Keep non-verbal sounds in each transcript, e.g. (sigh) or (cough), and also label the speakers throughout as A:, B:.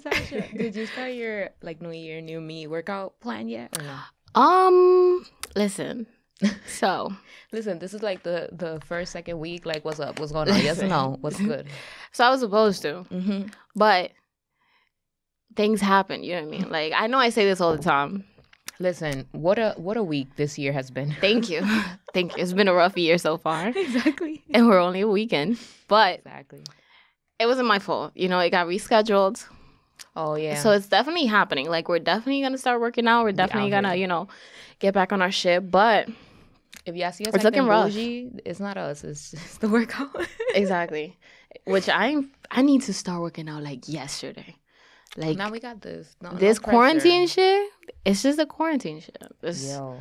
A: Sasha, did you start your like New Year, New Me workout plan yet? Or no?
B: Um,
A: (laughs)
B: listen. So,
A: Listen, this is like the the first second week. Like, what's up? What's going on? Yes,
B: (laughs)
A: no. What's good?
B: so I was supposed to,
A: Mm-hmm.
B: but things happen. You know what I mean? Like I know I say this all the time.
A: Listen, what a what a week this year has
B: (laughs)
A: been.
B: Thank
A: (laughs)
B: you, thank you. It's been a rough year so far,
A: exactly.
B: and we're only a weekend. But
A: Exactly.
B: it wasn't my fault. You know, it got rescheduled.
A: Oh yeah.
B: So it's definitely happening. Like we're definitely gonna start working out. We're definitely
A: out
B: gonna,
A: here.
B: you know, get back on our shit. But
A: if y'all see us
B: It's
A: acting
B: looking rough.
A: bougie, it's not us. It's, it's (laughs) the workout.
B: exactly, which I I need to start working out like yesterday. Like
A: now we got this. No, no
B: this
A: pressure.
B: quarantine shit. It's just a quarantine shit. It's-
A: Yo,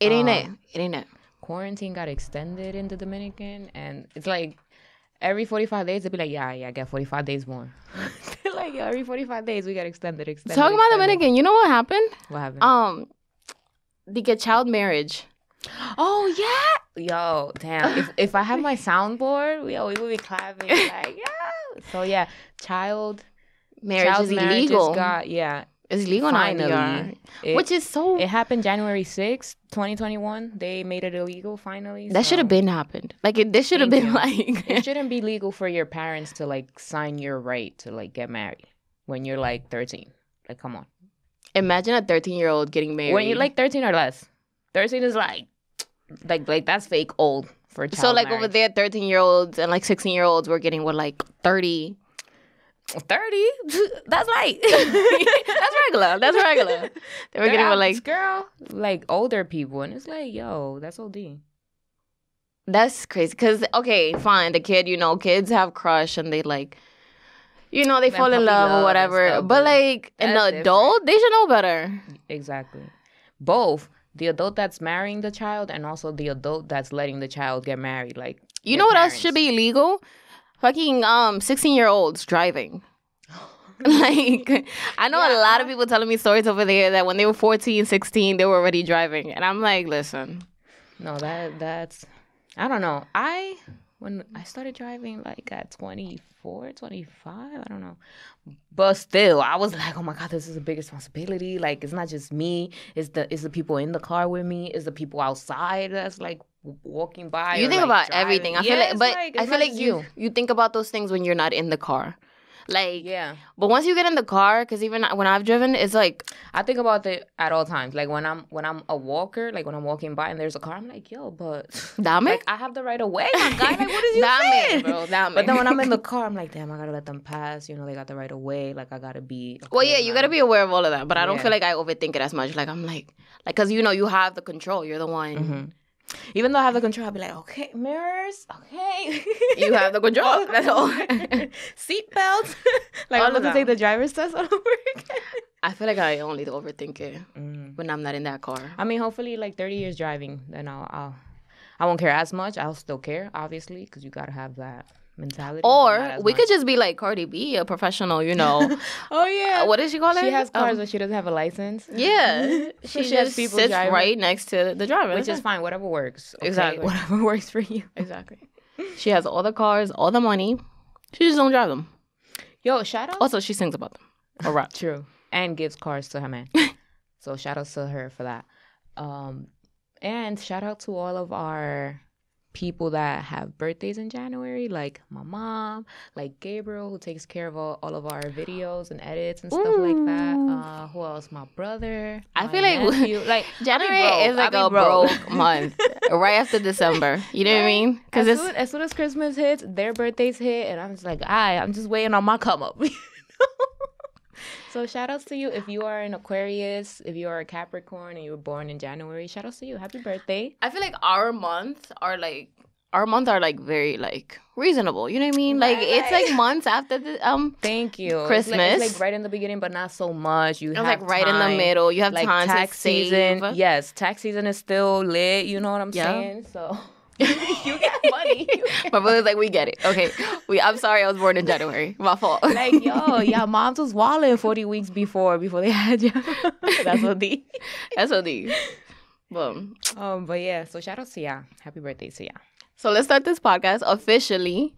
B: it ain't
A: Uh,
B: it. It ain't it.
A: quarantine got extended in the Dominican, and it's like every forty five days they be like, yeah, yeah, I got forty five days more. (laughs) They're like, yo, every forty five days we got extended, extended.
B: Talking about
A: extended.
B: Dominican, you know what happened?
A: What happened?
B: Um, they get child marriage.
A: Oh yeah, yo, damn. If if I had my soundboard, we we would be
B: (laughs)
A: clapping like yeah. So yeah, child
B: Marriage
A: child
B: is
A: marriages
B: illegal.
A: Got yeah.
B: it's legal now. in
A: Finally,
B: the DR,
A: it,
B: Which is so.
A: it happened January sixth, twenty twenty one. They made it illegal finally.
B: that
A: so-
B: should have been happened. Like it, this should have
A: Thank
B: been
A: (laughs) It
B: like.
A: shouldn't be legal for your parents to like sign your right to like get married when you're like thirteen. Like come on,
B: (laughs) imagine a thirteen-year-old getting married.
A: when you're like thirteen or less, thirteen is like like like that's fake old for child
B: so like
A: marriage.
B: over there, thirteen-year-olds and like sixteen-year-olds were getting what like thirty. (laughs)
A: 30 that's light (laughs) that's regular
B: That's
A: (laughs)
B: regular. They were
A: we're
B: getting
A: getting
B: what
A: like
B: like
A: girl like older people and it's like yo that's od
B: that's crazy. Cause okay, fine, the kid, you know, kids have crush and they like. You know they
A: That
B: fall in
A: puppy
B: love
A: love
B: or
A: and
B: whatever,
A: stuff,
B: but
A: but
B: like an
A: that's
B: adult, they should know better.
A: exactly both the adult that's marrying the child and also the adult that's letting the child get married like
B: You
A: their
B: know what else
A: parents.
B: should be illegal? Fucking um, sixteen year olds driving. (laughs) like I know a lot of people telling me stories over there that when they were 14, 16, they were already driving, and I'm like, listen,
A: no that that's i don't know i when i started driving like at 24 25 i don't know but still i was like oh my god this is a big responsibility like it's not just me it's the it's the people in the car with me it's the people outside that's like w- walking by
B: you
A: or,
B: think
A: like,
B: about
A: driving.
B: everything. I
A: Yeah,
B: feel like,
A: it's
B: but
A: like-
B: I
A: it's
B: feel
A: not
B: like
A: just
B: you you think about those things when you're not in the car, like
A: yeah
B: But once you get in the car, because even when I've driven, it's like
A: i think about it at all times like when i'm when i'm a walker like when i'm walking by and there's a car i'm like yo but (laughs)
B: dame,
A: like i have the right of way my guy like what (laughs) is you
B: dame,
A: saying?
B: bro, dame.
A: But then when I'm in the car, I'm like, damn, I gotta let them pass. You know, they got the right of way. Like I gotta be. a
B: Well,
A: cool
B: yeah, you
A: man.
B: gotta be aware of all of that, but I don't
A: Yeah.
B: feel like I overthink it as much. Like I'm like, like, cause you know you have the control. You're the one.
A: Mhm. Even though I have the control, I'll be like, okay, mirrors, (laughs) okay.
B: You have the
A: (laughs)
B: control. That's all.
A: Seatbelts. (laughs) like
B: All of
A: I'm about to
B: that.
A: take the driver's test (laughs) all over again.
B: (laughs) I feel like I only overthink it
A: Mm.
B: when I'm not in that car.
A: I mean, hopefully, like 30 years driving, then I'll, I'll I won't care as much. I'll still care, obviously, because you gotta have that mentality. but not
B: Or
A: as
B: we
A: much.
B: could just be like Cardi B, a professional. You
A: (laughs)
B: know,
A: Oh yeah.
B: Uh, what does she call it?
A: she has cars,
B: Um,
A: but she doesn't have a license.
B: yeah, she,
A: (laughs) she has
B: just
A: people
B: sits
A: driving.
B: right next to the driver.
A: Which
B: That's
A: is
B: it.
A: fine, whatever works. okay?
B: Exactly.
A: (laughs) Whatever works for you.
B: exactly. She has all the cars, all the money. She just don't drive them.
A: Yo, shout out.
B: Also, she sings about them. All right.
A: True. And gives cars to
B: (laughs)
A: her man. so shout out to her for that. Um and shout out to all of our people that have birthdays in January, like my mom, like Gabriel, who takes care of all, all of our videos and edits and stuff like that.
B: Ooh.
A: Uh who else? My brother.
B: I
A: my
B: feel like-
A: nephew.
B: (laughs)
A: like
B: January
A: broke.
B: is like
A: I be
B: a
A: broke. (laughs)
B: broke month, right after December. You know what I mean? Because
A: as,
B: it's
A: soon, as soon as Christmas hits, their birthdays hit, and I'm just like, I, I'm just waiting on my come up. (laughs) so shout outs to you if you are an Aquarius, if you are a Capricorn, and you were born in January. Shout outs to you. Happy birthday.
B: I feel like our months are like our months are like very like reasonable. You know what I mean? Like
A: Right,
B: it's
A: right.
B: like months after the um.
A: Thank you. It's like- It's like,
B: Christmas.
A: right in the beginning, but not so much. You
B: It's
A: have
B: like right in
A: time.
B: the middle. You have
A: Like
B: time
A: tax
B: to save. (laughs)
A: season. Yes, tax season is still lit. You know what I'm
B: Yeah.
A: saying? So (laughs) you get money. You get
B: My brother's like, we get it. Okay, we. I'm sorry, I was born in January. My fault.
A: (laughs) like
B: (laughs)
A: yo, y'all moms was walling 40 weeks before before they had you. (laughs) That's what the
B: SOD. Boom.
A: Um, but yeah, so shout out to ya. Happy birthday to ya.
B: So let's start this podcast officially.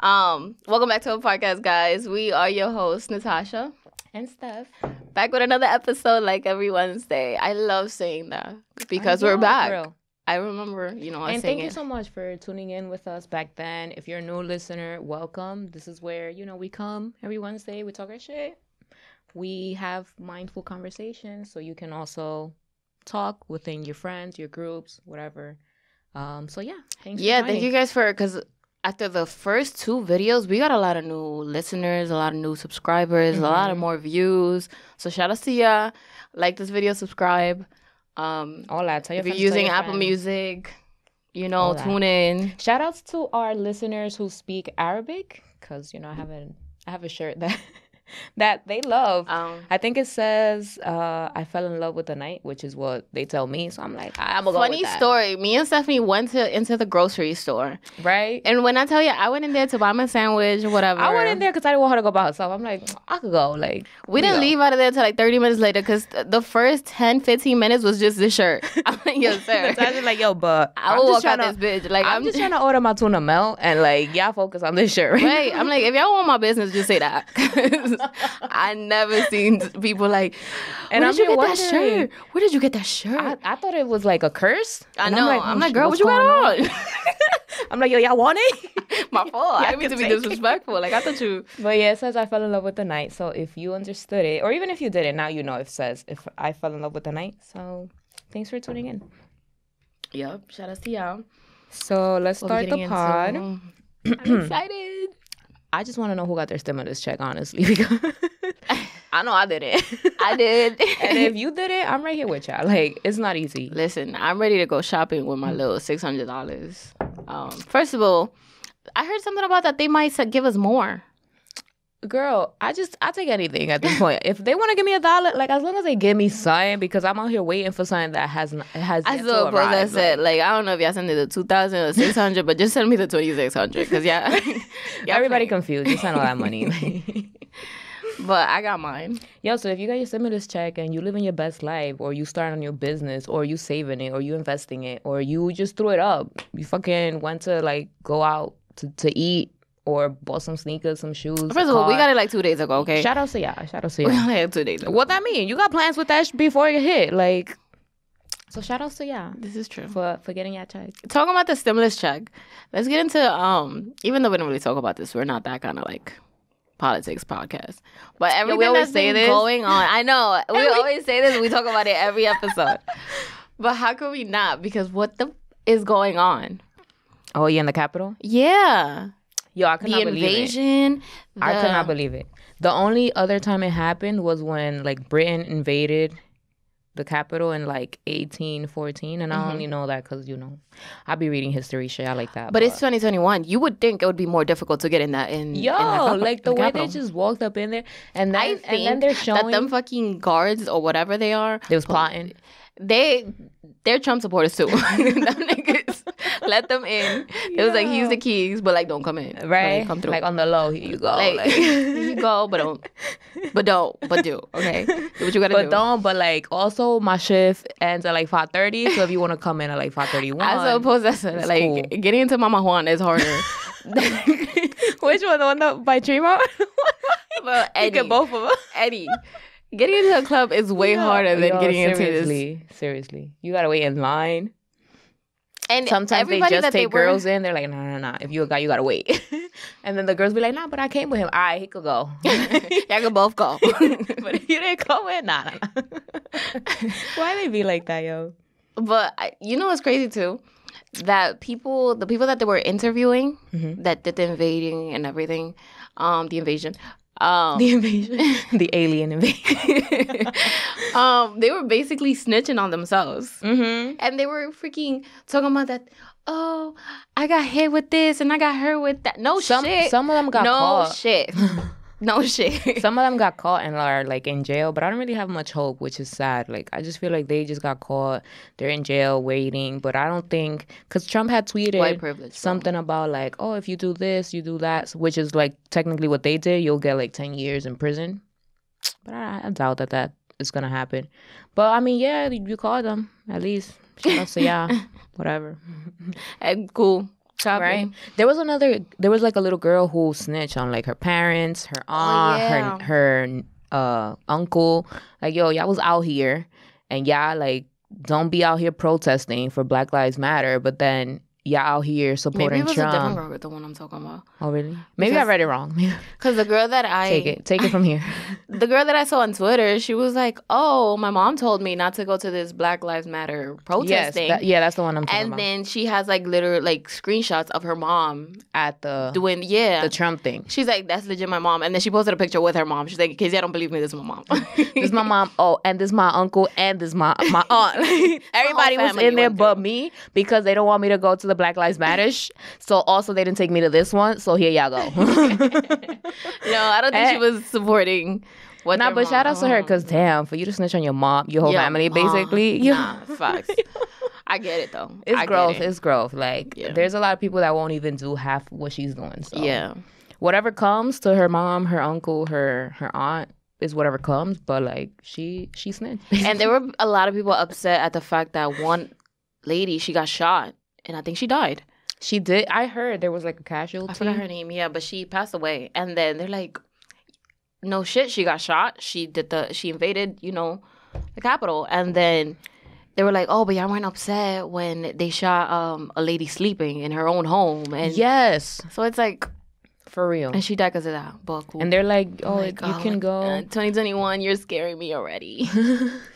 B: Um, welcome back to our podcast, guys. We are your hosts, Natasha
A: and stuff.
B: Back with another episode like every Wednesday. I love saying that because
A: I
B: we're
A: know,
B: back.
A: girl.
B: I remember, you know, I
A: And
B: saying
A: thank you
B: it.
A: so much for tuning in with us back then. If you're a new listener, welcome. This is where, you know, we come every Wednesday, we talk our shit. We have mindful conversations so you can also talk within your friends, your groups, whatever. Um so yeah, thanks for
B: yeah, thank
A: joining.
B: you guys for because after the first two videos, we got a lot of new listeners, a lot of new subscribers, a lot of
A: Mhm.
B: more views. So shout out to ya. Like this video, subscribe. Um,
A: All that. Tell your
B: if you're
A: friends, tell
B: using
A: your
B: Apple
A: friends.
B: Music, you
A: All
B: know,
A: that.
B: tune in.
A: Shout outs to our listeners who speak Arabic cuz you know I have a I have a shirt (laughs) that that they love.
B: Um,
A: I think it says uh, I fell in love with the night, which is what they tell me. So I'm like, I'm gonna go
B: funny
A: with that.
B: story. Me and Stephanie went to into the grocery store,
A: right?
B: and when I tell you, I went in there to buy my sandwich, whatever.
A: I went in there because I didn't want her to go by herself. I'm like, I could go. Like
B: We didn't
A: go. (laughs)
B: leave out of there till like 30 minutes later because the first 10, 15 minutes was just this
A: (laughs)
B: shirt. I'm like, yes, sir.
A: Natasha's like, yo, but
B: I
A: I'm
B: will
A: just
B: walk
A: trying
B: out
A: to.
B: this bitch. Like,
A: I'm just trying to order my tuna melt and like y'all focus on this shirt, right?
B: (laughs) Right. I'm like, if y'all want my business, just say that. (laughs) 'Cause I never seen people like, where
A: And
B: did
A: I've
B: you
A: been
B: get that
A: wondering.
B: shirt? Where did you get that shirt?
A: (laughs) I, I thought it was like a curse.
B: I
A: And
B: know. I'm like, girl, what
A: what's
B: you
A: going
B: got on?
A: (laughs) I'm like, yo, y'all want it?
B: my fault.
A: Yeah,
B: I
A: I
B: didn't mean to
A: could
B: be
A: take it.
B: disrespectful. Like, I thought you.
A: (laughs) But yeah, it says I fell in love with the night. So if you understood it, or even if you didn't, now you know it says if I fell in love with the night. So thanks for tuning in.
B: Yep. Shout out to y'all.
A: So let's
B: We'll be
A: start the
B: getting
A: (clears throat) pod.
B: into- I'm excited.
A: I just want to know who got their stimulus check, honestly, (laughs) because I know I didn't.
B: (laughs) I did.
A: (laughs) and if you did it, I'm right here with y'all. Like it's not easy.
B: (laughs) Listen, I'm ready to go shopping with my little six hundred dollars. Um, first of all, I heard something about that they might s- give us more.
A: Girl, I just I take anything at this point. if they want to give me a dollar, like as long as they give me something, because I'm out here waiting for something that has not, has
B: I
A: yet
B: still
A: to
B: suppose I
A: arrive.
B: said like I don't know if y'all send me the two thousand or six hundred, but just send me the twenty six hundred because (laughs) yeah,
A: Like, everybody
B: can.
A: confused. You send all
B: (laughs)
A: that money. (laughs)
B: But I got mine.
A: Yo, so if you got your stimulus check and you living your best life, or you starting on your business, or you saving it, or you investing it, or you just threw it up, you fucking went to like go out to, to eat or bought some sneakers, some shoes. a
B: First of all, we
A: car.
B: got it like two days ago. Okay,
A: shout out to y'all. Shout out
B: (laughs)
A: to
B: we (laughs)
A: y'all.
B: got it like two days ago.
A: what that mean? You got plans with that sh- before it hit, like. So shout outs to y'all
B: This is true.
A: for for getting y'all check.
B: Talking about the stimulus check, let's get into um. Even though we don't really talk about this, we're not that kind of like politics podcast. But everything
A: always
B: that's
A: say
B: been
A: this.
B: going on, I know we
A: Every-
B: always say this. We talk about it every episode. (laughs) but how could we not? Because what the f- is going on?
A: Oh, yeah, in the capital.
B: Yeah,
A: Yo, I could
B: the
A: not believe it.
B: invasion.
A: I could
B: the-
A: not believe it. The only other time it happened was when like Britain invaded the capital in like 1814, and I only know that because you know I be reading history shit. I like that.
B: But it's 2021. You would think it would be more difficult to get in that in in
A: yo,
B: that (laughs) cap-
A: like the (laughs)
B: in
A: way
B: Capitol.
A: they just walked up in there, and
B: I
A: then
B: think
A: and then they're
B: that
A: showing
B: them fucking guards or whatever they are.
A: (laughs) they was plotting.
B: they they're Trump supporters
A: (laughs)
B: too. (laughs) them niggas, let them in. It was like here's the keys, but like don't come in.
A: Right,
B: Like, come through.
A: like on the low, here you go.
B: Like,
A: (laughs) like-
B: here (laughs) you go, but
A: (laughs)
B: don't, but don't, but do. Okay, do what you gotta
A: but
B: do.
A: don't. But like, also my shift ends at like five thirty, so if you want to come in at like five thirty one,
B: I suppose that's it. like
A: cool.
B: getting into Mama Juan is
A: (laughs)
B: harder.
A: which one? The one that by (laughs) Tremont?
B: but Eddie,
A: both of us.
B: Eddie, getting into a club is way harder than
A: Yo,
B: getting into this.
A: seriously, Seriously, you gotta wait in line.
B: And
A: Sometimes they
B: everybody
A: just
B: that
A: take
B: they were-
A: girls in. They're like, no, no, no. If you a guy, you gotta wait. (laughs) and then the girls be like, nah, but I came with him. All right, he
B: (laughs)
A: could go.
B: (laughs)
A: (laughs)
B: Y'all can both go.
A: but if you didn't come in,
B: (laughs)
A: nah, nah. nah. Why they be like that, yo?
B: But I- you know what's crazy too? That people, the people that they were interviewing,
A: Mm-hmm.
B: that did the invading and everything, um, the invasion, um,
A: The (laughs) invasion, the alien invasion.
B: (laughs) um, they were basically snitching on themselves,
A: mm-hmm.
B: and they were freaking talking about that. Oh, I got hit with this, and I got hurt with that. No
A: Some
B: Oh, shit.
A: some of them got
B: no
A: caught. (laughs)
B: shit. No shit.
A: Some of them got caught and are like in jail, but I don't really have much hope, which is sad. Like I just feel like they just got caught. They're in jail waiting, but I don't think because Trump had
B: (laughs)
A: tweeted
B: White privilege, bro.
A: something about like, oh, if you do this, you do that, which is like technically what they did, you'll get like ten years in prison. But I, I doubt that that is gonna happen. But I mean, yeah, you caught them at least. Shout out to y'all. Whatever.
B: And cool. Shopping.
A: Right. There was another. There was like a little girl who snitched on like her parents, her aunt,
B: Oh, yeah.
A: her her uh uncle like yo y'all was out here and y'all like don't be out here protesting for Black Lives Matter, but then y'all out here
B: Maybe
A: supporting
B: it was a different
A: Trump.
B: girl with the one I'm talking about.
A: Oh really? Maybe I
B: Because-
A: read it wrong. (laughs)
B: Cause the girl that I
A: Take it. Take it from
B: (laughs)
A: here.
B: the girl that I saw on Twitter, she was like, "Oh, my mom told me not to go to this Black Lives Matter
A: yes.
B: protesting."
A: that- yeah, that's the one I'm talking
B: and
A: about.
B: then she has like literal like screenshots of her mom
A: At the
B: doing yeah.
A: the Trump thing.
B: She's like, "That's legit, my mom." And then she posted a picture with her mom. She's like, "Cause y'all don't believe me, this is my mom."
A: (laughs) This is my mom. Oh, and this is my uncle, and this is my
B: (laughs)
A: my aunt. Like, (laughs) everybody was
B: family
A: in there
B: went
A: but
B: through.
A: me because they don't want me to go to the Black Lives Matter. sh- so also they didn't take me to this one. So here
B: (laughs)
A: y'all go.
B: (laughs) no, I don't think she
A: Eh.
B: was supporting. What
A: nah,
B: their
A: but
B: mom-
A: shout out to her
B: Mhm.
A: because damn, for you to snitch on your mom, your whole
B: Yeah,
A: family
B: mom.
A: basically. (laughs) you-
B: Nah, facts. I get it though.
A: It's
B: I get
A: growth.
B: it.
A: It's growth. Like
B: Yeah.
A: there's a lot of people that won't even do half what she's doing. So
B: yeah.
A: whatever comes to her mom, her uncle, her her aunt is whatever comes. But like she she snitched. (laughs)
B: and there were a lot of people upset at the fact that one lady she got shot and i think she died
A: she did. I heard there was like a casualty.
B: i forgot her name yeah but she passed away and then they're like no shit she got shot she did the she invaded you know the capital and then they were like oh but y'all weren't upset when they shot um, a lady sleeping in her own home and
A: Yes,
B: so it's like
A: for real.
B: and she died because of that but cool.
A: And they're like, oh,
B: Like,
A: it-
B: oh
A: you
B: my (laughs)
A: can
B: Uh,
A: go.
B: 2021, you're scaring me
A: (laughs)
B: already. (laughs)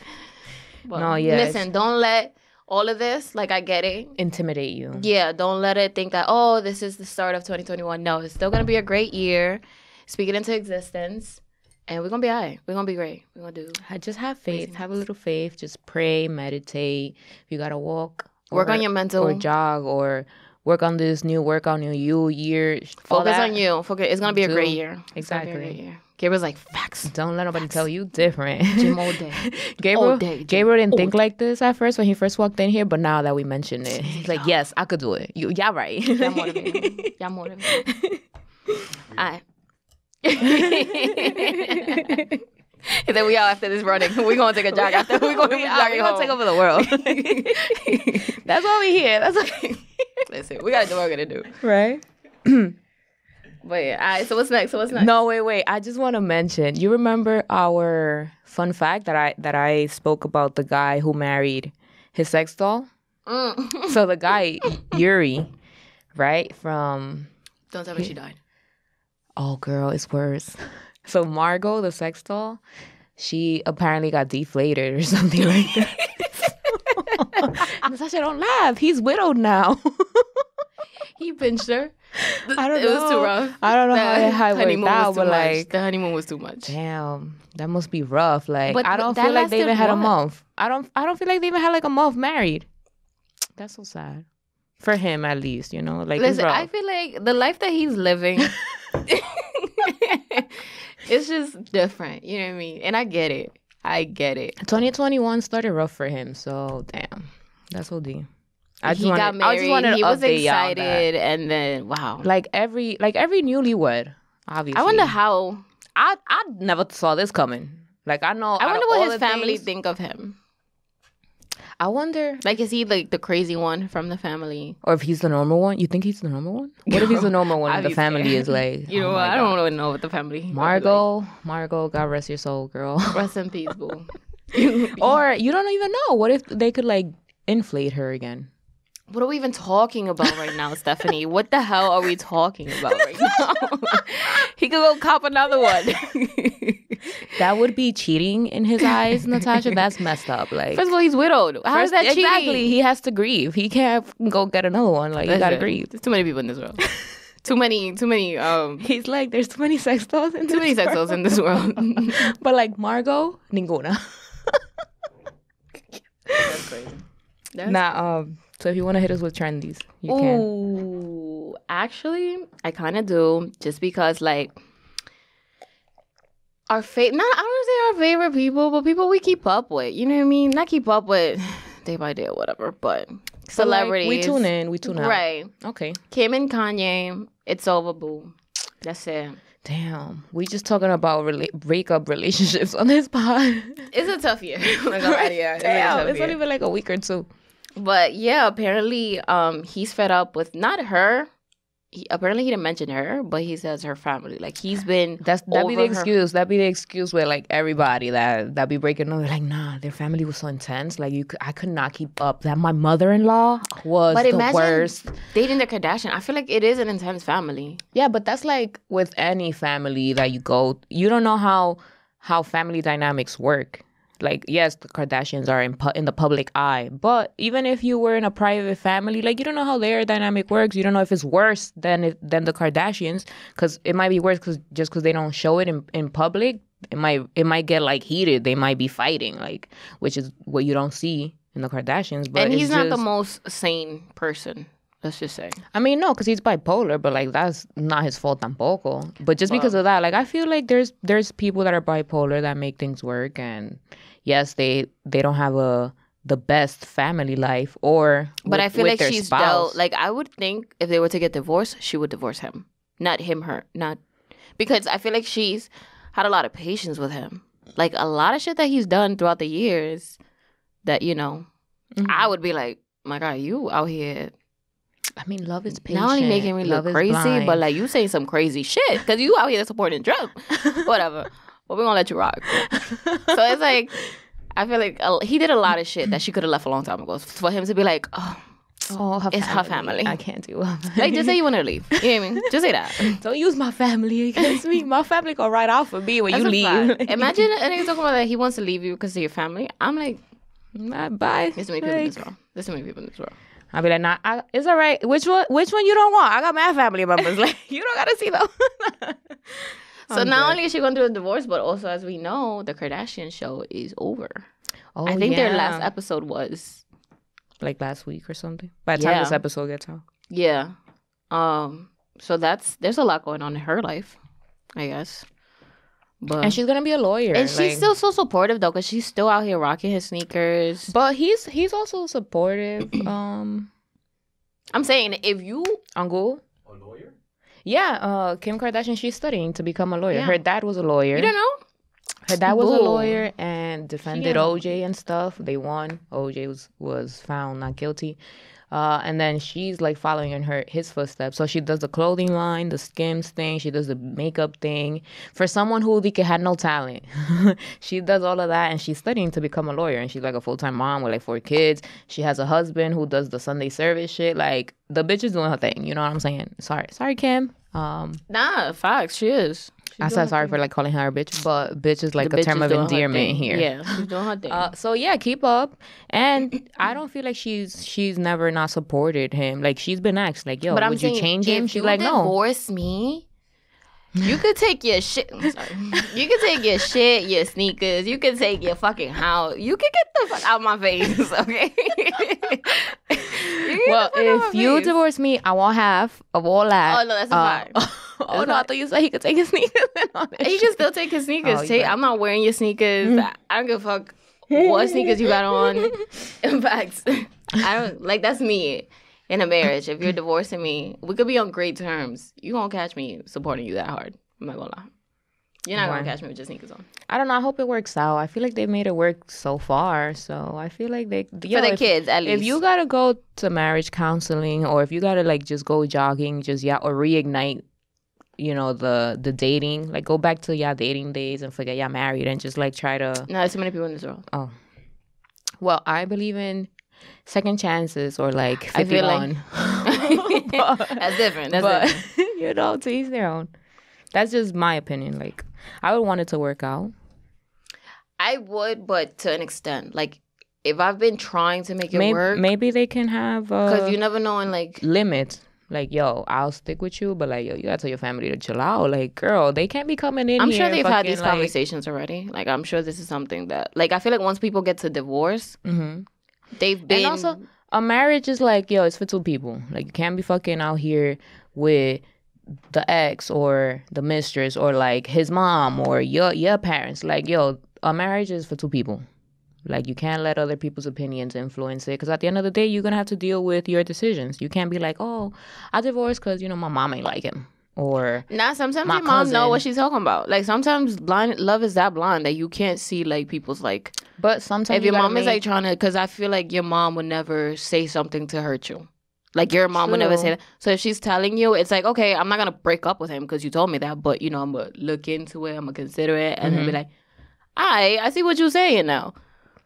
B: But
A: No, yeah, it's-
B: Listen, don't let all of this, like, I get it.
A: Intimidate you.
B: Yeah, don't let it think that, oh, this is the start of 2021. No, it's still going to be a great year. Speak it into existence. And we're going to be all right. We're going to be great. We're going to do.
A: Ha- Just have faith. Have a little faith. Just pray, meditate. If you gotta walk,
B: Work
A: or-
B: on your mental.
A: or jog or work on this new work on your you year. all
B: Focus
A: that.
B: on you. Focus. It's going to be a
A: Do.
B: great year. It's gonna be a
A: Exactly.
B: great year. Gabriel's like, facts.
A: Don't let nobody tell you different. (laughs)
B: Jim all day.
A: Gabriel,
B: All day, Jim.
A: Gabriel didn't think like this at first when he first walked in here, but now that we mentioned it, he's like, "Yes, I could do it. You, yeah, right."
B: Y'all
A: (laughs)
B: motivated me. Y'all motivated me. All right. (laughs) And then we all after this running. We're gonna take a jog after (laughs) we're gonna be
A: (laughs) we are,
B: jogging
A: we gonna "Oh, take
B: home.
A: over the world. (laughs) That's why we here. That's why.
B: Listen, we gotta do what we're gonna do.
A: right.
B: (laughs) But yeah, all right. So what's next? So what's next?
A: No, wait, wait. I just want to mention. You remember our fun fact that I that I spoke about the guy who married his sex doll.
B: Mm.
A: So
B: (laughs)
A: the guy Yuri, right from
B: Don't tell me she
A: (laughs)
B: died.
A: oh girl, it's worse. So Margot, the sex doll, she apparently got deflated or (laughs) something like
B: (laughs)
A: that. (laughs) Natasha, don't laugh. He's widowed now. (laughs)
B: He pinched her.
A: I don't
B: it was too
A: know.
B: rough.
A: I don't know how
B: The
A: it, how it
B: honeymoon
A: worked out,
B: was too
A: but
B: much.
A: like,
B: the honeymoon was too much.
A: damn, that must be rough. Like,
B: But
A: I don't
B: that
A: feel like they
B: lasted
A: even had a
B: what?
A: month. I don't. I don't feel like they even had like a month married. That's so sad for him, at least. You know, like it's
B: Listen,
A: rough.
B: I feel like the life that he's
A: (laughs)
B: living (laughs) it's just different. You know what I mean? And I get it. I get it.
A: 2021 started rough for him, so damn, that's OD. I just
B: he
A: wanted,
B: got married.
A: I just wanted to
B: he was
A: update y'all on that.
B: excited, and then wow.
A: Like every, like every newlywed, obviously.
B: I wonder how.
A: I, I never saw this coming. Like I know.
B: I
A: out
B: wonder
A: of all
B: what his
A: the
B: family
A: things-
B: think of him.
A: I wonder,
B: Like, is he like the crazy one from the family?
A: or if he's the normal one. You think he's the normal one? What if he's
B: (laughs)
A: the normal one?
B: I'd
A: and The
B: be
A: family
B: scared.
A: is
B: (laughs)
A: like,
B: You know,
A: oh
B: what?
A: my
B: I
A: God.
B: don't really know what the family. would be
A: Margot, Margot, God rest your soul, girl.
B: like. Rest in peace, boo. (laughs)
A: (laughs) or you don't even know. What if they could like inflate her again?
B: What are we even talking about right now, Stephanie? What the hell are we talking about right now? (laughs) he could go cop another one. (laughs)
A: That would be cheating in his
B: (laughs)
A: eyes, Natasha. That's messed up. Like,
B: First of all, he's widowed. How is
A: First-
B: that cheating?
A: Exactly. He has to grieve. He can't f- go get another one. Like, you gotta
B: Listen,
A: grieve.
B: There's too many people in this world. too many, too many, um,
A: He's like, there's too many sex dolls in
B: too many
A: this
B: sex
A: world.
B: dolls in this world.
A: (laughs) But like Margot, ninguna.
B: (laughs) That's crazy. That's
A: Nah, um, so if you wanna hit us with trendies, you can.
B: Ooh, actually, I kind of do just because like our fa Not I don't say our favorite people, but people we keep up with. You know what I mean? Not keep up with (laughs) day by day or whatever, but
A: But, like,
B: celebrities.
A: we tune in, we tune out.
B: Right,
A: Okay.
B: Kim and Kanye. It's over, boo. That's it.
A: Damn. We just talking about rela- breakup relationships on this (laughs) pod.
B: It's a tough year. I'm (laughs) not gonna lie to you. It's a
A: Damn,
B: tough
A: it's
B: year.
A: only been like a week or two.
B: But yeah, apparently um he's fed up with not her, he, apparently he didn't mention her, but he says her family. Like he's been
A: That's that be the
B: over her-
A: excuse. That be the excuse with like everybody that that be breaking up. They're like, nah, their family was so intense. Like you, could, I could not keep up. That my mother in law was
B: But
A: the
B: imagine
A: worst.
B: dating the Kardashian. I feel like it is an intense family.
A: Yeah, but that's like with any family that you go, you don't know how how family dynamics work. Like, yes, the Kardashians are in pu- in the public eye, but even if you were in a private family, like you don't know how their dynamic works. You don't know if it's worse than it, than the Kardashians, because it might be worse because just because they don't show it in, in public, it might it might get like heated. They might be fighting, like which is what you don't see in the Kardashians. But
B: and
A: it's
B: he's not the
A: just-
B: most sane person. Let's just say.
A: I mean, no, because he's bipolar, but like that's not his fault tampoco. But just because of that, like I feel like there's there's people that are bipolar that make things work, and yes, they they don't have a the best family life, or
B: But
A: with-
B: I feel
A: with
B: like
A: their
B: she's
A: spouse.
B: dealt. Like I would think if they were to get divorced, she would divorce him, not him, her, not because I feel like she's had a lot of patience with him. Like a lot of shit that he's done throughout the years, that you know,
A: Mhm.
B: I would be like, my God, you out here
A: I mean, love is patient.
B: not only making me
A: love
B: look
A: is
B: crazy,
A: blind. (laughs)
B: but like you saying some crazy shit because you out here supporting Trump, (laughs) whatever. But we're gonna let you rock. So it's like I feel like a, he did a lot of shit that she could have left a long time ago. For him to be like, oh,
A: oh, her
B: it's her family.
A: I can't do
B: (laughs)
A: her
B: like
A: family.
B: just say you want to leave. You know what I
A: (laughs)
B: mean? Just say that.
A: don't use my (laughs) family against me. My family go right off of me when
B: That's
A: you
B: a
A: leave. (laughs)
B: fact. Imagine a nigga talking about that he wants to leave you because of your family. I'm like,
A: Nah, bye.
B: there's too many people in
A: Like,
B: this world. There's too many people in this world.
A: I'll be like, nah, I, it's all right. Which one? Which one you don't want? I got my family members. Like, you don't gotta see them. Oh,
B: So not only is she going through a divorce, but also as we know, the Kardashian show is over.
A: oh,
B: I think their last
A: yeah.
B: episode was
A: like last week or something. By the time
B: Yeah.
A: this episode gets out,
B: Yeah. Um. So that's there's a lot going on in her life, I guess. But
A: and she's gonna be a lawyer.
B: and she's
A: like-
B: still so supportive though, cause she's still out here rocking his sneakers.
A: But he's he's also supportive. um,
B: I'm saying if you
A: Angul.
C: A lawyer?
A: Yeah, uh, Kim Kardashian. She's studying to become a lawyer.
B: Yeah.
A: Her dad was a lawyer.
B: you don't know,
A: Her dad was a
B: Boo.
A: lawyer and defended
B: Yeah.
A: OJ and stuff. They won. OJ was, was found not guilty. Uh, and then she's like following in her his footsteps. So she does the clothing line, the skims thing, she does the makeup thing. For someone who like, had no talent, (laughs) she does all of that and she's studying to become a lawyer. And she's like a full time mom with like four kids. She has a husband who does the Sunday service shit. Like the bitch is doing her thing. You know what I'm saying? Sorry, sorry, Kim. Um,
B: nah, facts. She is. She's
A: I
B: doing
A: said
B: her
A: sorry
B: thing.
A: for like calling her a bitch, but bitch is like
B: The
A: a
B: bitch
A: term
B: is
A: of
B: doing her
A: endearment
B: thing.
A: here.
B: Yeah, she's doing her thing.
A: Uh, so yeah, keep up. And I don't feel like she's she's never not supported him. Like she's been asked, like, yo,
B: but
A: would
B: I'm
A: you
B: saying
A: change
B: if
A: him? She's
B: you
A: like, no.
B: divorce me. You could take your shit. I'm sorry. You could take your shit, your sneakers. You could take your fucking house. You could get the fuck out my face, (laughs) okay? You could get the
A: Well,
B: fuck out my
A: if you
B: face.
A: divorce me, I want half of all that.
B: Oh, no, that's a
A: Uh, (laughs)
B: fact.
A: oh no, I thought you said he could take his (laughs) sneakers. and all that
B: you
A: shit.
B: can still take his sneakers.
A: Oh, you Mm.
B: take,
A: right.
B: I'm not wearing your sneakers. I don't give a fuck what sneakers you got
A: (laughs)
B: on. In fact, (laughs) I don't like that's me in a marriage. If you're divorcing me, we could be on great terms. You won't catch me supporting you that hard. I'm not gonna lie. You're not
A: Why?
B: gonna catch me with your sneakers on.
A: I don't know. I hope it works out. I feel like they made it work so far. So I feel like they yo,
B: For the
A: if-
B: kids, at least.
A: If you gotta go to marriage counseling, or if you gotta like just go jogging, just yeah, or reignite, you know the the dating, like go back to yeah dating days and forget y'all married and just like try to.
B: no, there's too many people in this world.
A: Well, I believe in second chances or like
B: I
A: fifty
B: feel
A: one. (laughs)
B: like- (laughs) That's different. That's
A: but
B: different.
A: (laughs) you know, to each their own. That's just my opinion. Like I would want it to work out.
B: I would, but to an extent. Like if I've been trying to make it
A: Maybe
B: work,
A: maybe they can have
B: because
A: uh,
B: you never know, and like
A: limits. Like, yo, I'll stick with you, but like, yo, you gotta tell your family to chill out. Like, girl, they can't be coming in.
B: I'm
A: here
B: sure they've had
A: fucking,
B: these
A: like-
B: conversations already. Like I'm sure this is something that like I feel like once people get to divorce,
A: Mhm.
B: they've been
A: also- A marriage is like, yo, it's for two people. Like, you can't be fucking out here with the ex or the mistress or like his mom or your your parents. Like, yo, a marriage is for two people. Like, you can't let other people's opinions influence it because at the end of the day, you're gonna have to deal with your decisions. You can't be like, oh, I divorced because you know my mom ain't like him or
B: Nah, sometimes
A: my
B: your mom know what
A: cousin-
B: she's talking about. Like sometimes blind love is that blind that you can't see like people's like
A: But sometimes
B: if your
A: you gotta
B: mom is
A: make-
B: like trying to because I feel like your mom would never say something to hurt you. Like your mom would never say
A: True.
B: that. So if she's telling you, it's like, okay, I'm not gonna break up with him because you told me that, but you know, I'm gonna look into it, I'm gonna consider it, and then
A: Mm-hmm.
B: be like, I, I see what you're saying now.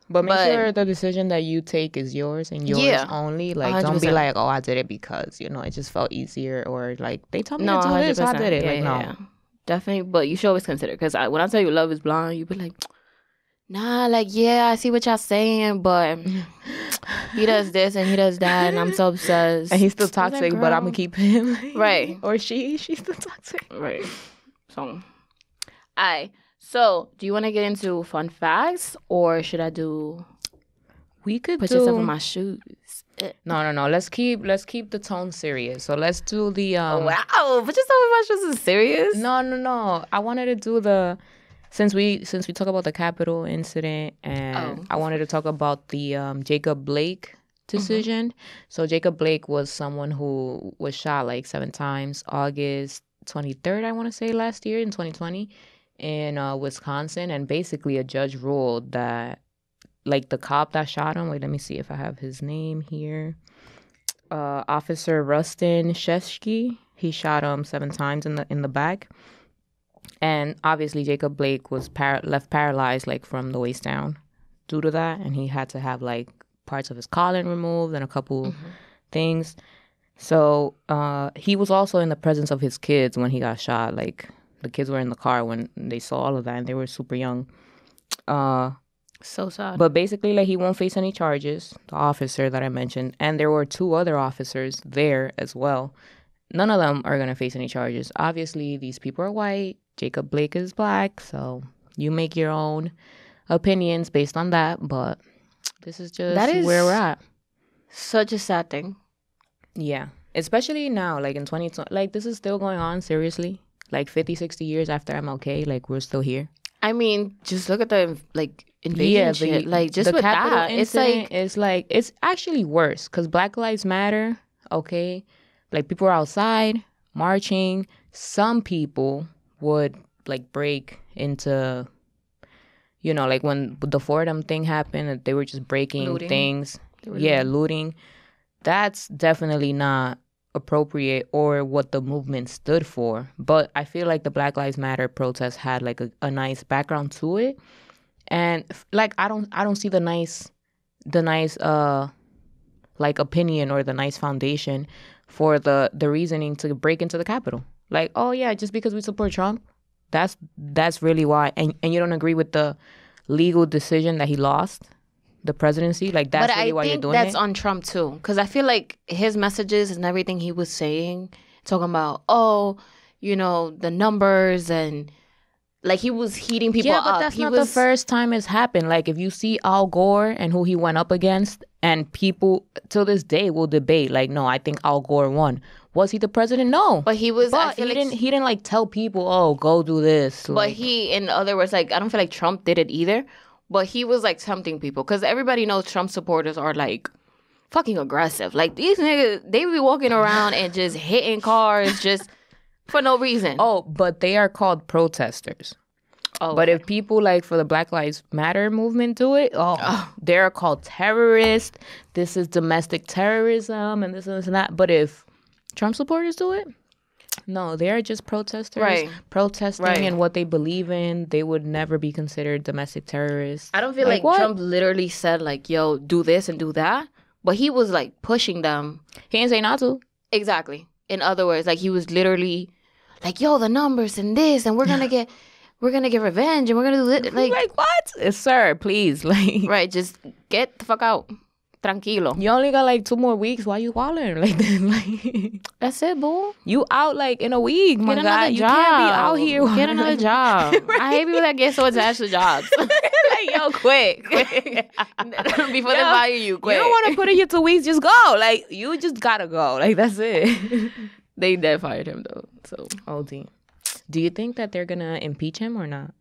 A: But make
B: But-
A: sure the decision that you take is yours and yours
B: Yeah.
A: only. Like, do not be
B: 100%.
A: like, oh, I did it because, you know, it just felt easier or like, they told me
B: No,
A: to do
B: hundred
A: this, I
B: percent.
A: did it.
B: Yeah,
A: like, no.
B: yeah, yeah. definitely. But you should always consider because I, when I tell you love is blind, you be like, nah, like yeah, I see what y'all saying, but he does this and he does that, and I'm so obsessed.
A: And he's still
B: It's like,
A: toxic, but I'm
B: girl.
A: going to keep him. (laughs)
B: Right.
A: or she, she's still toxic.
B: Right. So, I. So, do you want to get into fun facts, or should I do
A: We could
B: put
A: do... Um,
B: yourself in my shoes?
A: No, no, no. Let's keep let's keep the tone serious. So let's do the um
B: Oh, wow, put yourself in my shoes is serious.
A: No, no, no. I wanted to do the since we since we talk about the Capitol incident and
B: Oh.
A: I wanted to talk about the um, Jacob Blake decision. So Jacob Blake was someone who was shot like seven times, August twenty third, I want to say last year in twenty twenty, in uh, Wisconsin, and basically a judge ruled that like the cop that shot him. Wait, let me see if I have his name here uh, Officer Rustin Sheshki. He shot him seven times in the in the back, and obviously Jacob Blake was par- left paralyzed like from the waist down due to that, and he had to have like parts of his collar removed and a couple things. So uh, he was also in the presence of his kids when he got shot. Like the kids were in the car when they saw all of that, and they were super young. Uh,
B: So sad.
A: but basically, like he won't face any charges. The officer that I mentioned, and there were two other officers there as well. None of them are gonna face any charges. Obviously, these people are white. Jacob Blake is black, so you make your own opinions based on that. But this is just
B: That is-
A: where we're at.
B: Such a sad thing.
A: Yeah, especially now, like in 2020, like this is still going on. Seriously, like 50, 60 years after MLK, like we're still here.
B: I mean, just look at the like invasion
A: the-
B: shit. Like just
A: the
B: with
A: Capitol
B: that, it's
A: incident
B: like
A: is like it's actually worse because Black Lives Matter. Okay, like people are outside marching. Some people would like break into, you know, like when the Fordham thing happened, they were just breaking
B: Looting.
A: things.
B: They were
A: Yeah, looting. That's definitely not appropriate or what the movement stood for. But I feel like the Black Lives Matter protest had like a, a nice background to it and f- like i don't i don't see the nice the nice uh like opinion or the nice foundation for the the reasoning to break into the capitol like oh yeah just because we support trump that's that's really why and and you don't agree with the legal decision that he lost the presidency like that's
B: but
A: really
B: I
A: why you're
B: think
A: doing
B: that's
A: it
B: on Trump too, because I feel like his messages and everything he was saying, talking about oh, you know the numbers and like he was heating people
A: yeah,
B: up.
A: but that's
B: he
A: not
B: was
A: the first time it's happened. Like, if you see Al Gore and who he went up against, and people till this day will debate, like, no, I think Al Gore won. Was he the president? No.
B: but he was. I
A: But
B: feel
A: he
B: like,
A: didn't. He didn't like tell people, "Oh, go do this."
B: but he, in other words, like I don't feel like Trump did it either. But he was like tempting people because everybody knows Trump supporters are like fucking aggressive. Like these niggas, they be walking around and just hitting cars just for no reason.
A: oh, but they are called protesters.
B: Oh,
A: But if people like for the Black Lives Matter movement do it, oh, they're called terrorists. This is domestic terrorism, and this and this and that. But if Trump supporters do it, no, they are just protesters
B: Right.
A: protesting
B: Right.
A: and what they believe in. They would never be considered domestic terrorists.
B: I don't feel like,
A: Like what?
B: Trump literally said like, "Yo, do this and do that," but he was like pushing them.
A: He didn't say not to.
B: Exactly. In other words, like he was literally like, "Yo, the numbers and this, and we're (laughs) gonna get, we're gonna get revenge, and we're gonna do this." Like,
A: Like what, Uh, sir? Please, (laughs) like.
B: right? Just get the fuck out, tranquilo.
A: You only got like two more weeks. Why you wallering (laughs) like that? Like
B: That's it, boo.
A: You out like in a week, Oh my
B: Get another job.
A: guy. You can't be out here.
B: Get
A: (laughs)
B: another job. I hate people that get so attached to jobs. (laughs) like, yo, (laughs) quick, quick. Before they
A: Yo,
B: fire you, quick.
A: You don't want to put in your two weeks. Just go. Like you just gotta go. Like
B: (laughs)
A: that's it.
B: They dead fired him though. So
A: Oldie, do you think that they're gonna impeach him or not?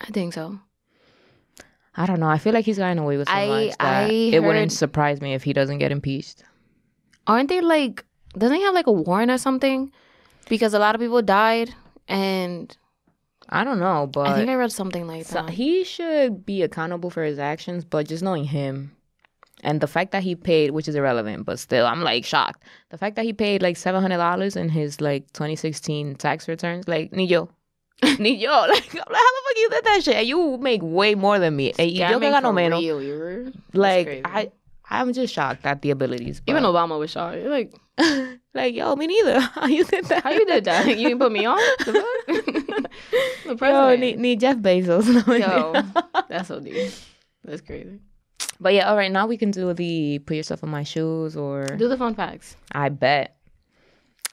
B: I think so.
A: I don't know. I feel like he's gotten away with so
B: I-
A: much that
B: I
A: it
B: heard-
A: wouldn't surprise me if he doesn't get impeached.
B: aren't they like doesn't he have like a warrant or something because a lot of people died and
A: I don't know,
B: i
A: but Uh-huh.
B: think i read something like
A: so-
B: that
A: he should be accountable for his actions. But just knowing him, And the fact that he paid, which is irrelevant, but still, I'm like shocked. The fact that he paid like seven hundred dollars in his like 2016 tax returns, like ni (laughs) yo, ni yo. (laughs) Like, I'm like, how the fuck you did that shit? And you make way more than me. And yo que gano menos. Like, I, I'm just shocked at the abilities.
B: even
A: but-
B: Obama was shocked. You're like,
A: like, yo, me neither. (laughs) How you did that?
B: how you did
A: (laughs)
B: that? you didn't put me on. The fuck? (laughs) the
A: Yo,
B: president.
A: need, need Jeff Bezos. (laughs) No,
B: Yo,
A: idea.
B: that's OD. That's crazy.
A: But yeah, all right, now we can do the put yourself in my shoes or
B: Do the fun facts.
A: I bet.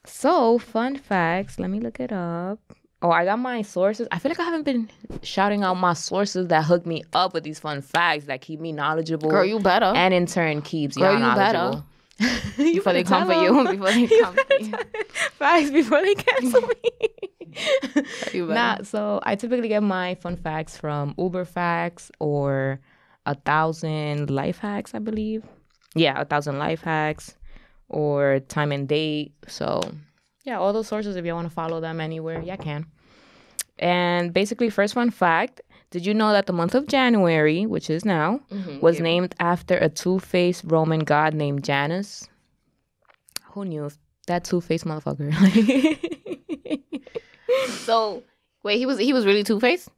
A: So, fun facts, let me look it up. Oh, I got my sources. I feel like I haven't been shouting out my sources that hook me up with these fun facts that keep me knowledgeable
B: Girl, you better.
A: and in turn keeps
B: Girl,
A: y'all
B: you better.
A: (laughs) knowledgeable.
B: before they come for
A: tell
B: you.
A: 'em. (laughs)
B: Before they
A: You
B: come for
A: better
B: you.
A: tell 'em. Facts before they (laughs) cancel me.
B: You better.
A: Nah, so I typically get my fun facts from Uber Facts or a thousand life hacks, I believe. Yeah, a thousand life hacks or time and date. So yeah, all those sources if you want to follow them anywhere, yeah, can. And basically, first fun fact: Did you know that the month of January, which is now,
B: Mm,
A: was named after a two-faced Roman god named Janus? Who knew that two-faced motherfucker? (laughs)
B: So wait, he was he was really two faced.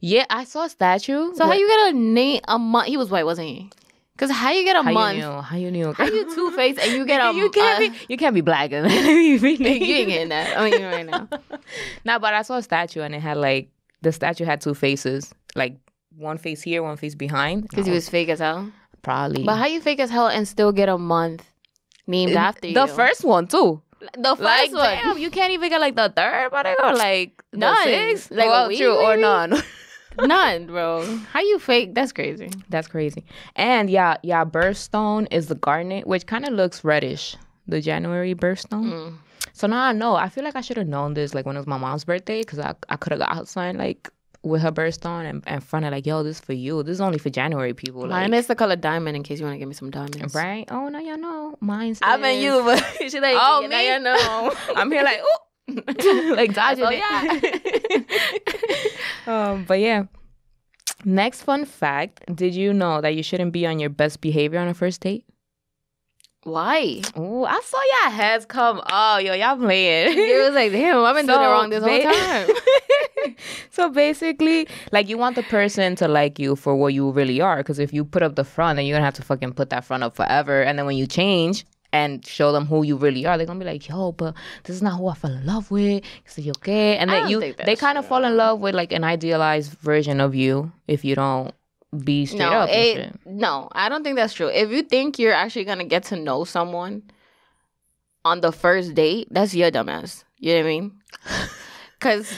A: yeah, I saw a statue.
B: So how you get a name a month? He was white, wasn't he? Because how you get a
A: How
B: month?
A: you knew? How you knew?
B: How you
A: (laughs)
B: two faced and you get a
A: you can't be you can't be black and Uh, (laughs) you
B: a- (laughs) you ain't getting that. I mean right now.
A: (laughs) Nah, but I saw a statue and it had like the statue had two faces, like one face here, one face behind.
B: Because he was fake as hell.
A: probably
B: But how you fake as hell and still get a month named after you?
A: the first one too.
B: the first
A: like
B: one.
A: damn, you can't even get like the third, but I go like the
B: None.
A: sixth,
B: Like, a
A: well,
B: week,
A: true or
B: maybe?
A: none. (laughs)
B: None, bro. How you fake? That's crazy.
A: That's crazy. And yeah, yeah, birthstone is the garnet, which kind of looks reddish. The January birthstone.
B: Mm.
A: So now I know. I feel like I should have known this like when it was my mom's birthday because I, I could have got her something like with her birthstone and, and front like, yo, this is for you. This is only for January people. Like,
B: Mine is the color diamond in case you want to give me some diamonds.
A: right? Oh, no, y'all know. Mine's.
B: I meant you,
A: is-
B: but (laughs) she like,
A: Oh,
B: yeah, now
A: me?
B: you know.
A: (laughs) I'm here like, ooh. (laughs) like dodging
B: Oh,
A: (laughs) it. (laughs) um, but yeah. Next fun fact Did you know that you shouldn't be on your best behavior on a first date? (laughs)
B: Why?
A: Oh, I saw y'all heads come up. Yo, y'all playing. (laughs)
B: It was like, damn, I've been doing it
A: So,
B: wrong this whole
A: ba-
B: time.
A: so basically, like you want the person to like you for what you really are. Because if you put up the front, then you're gonna have to fucking put that front up forever. And then when you change and show them who you really are, they're gonna be like, "Yo, but this is not who I fell in love with." Is it okay? And
B: I
A: then
B: don't
A: you,
B: think that's
A: they kind of
B: true.
A: fall in love with like an idealized version of you if you don't be (laughs) straight
B: No,
A: up. and
B: it,
A: shit.
B: no, I don't think that's true. If you think you're actually gonna get to know someone on the first date, that's your dumbass. You know what I
A: (laughs)
B: mean? Because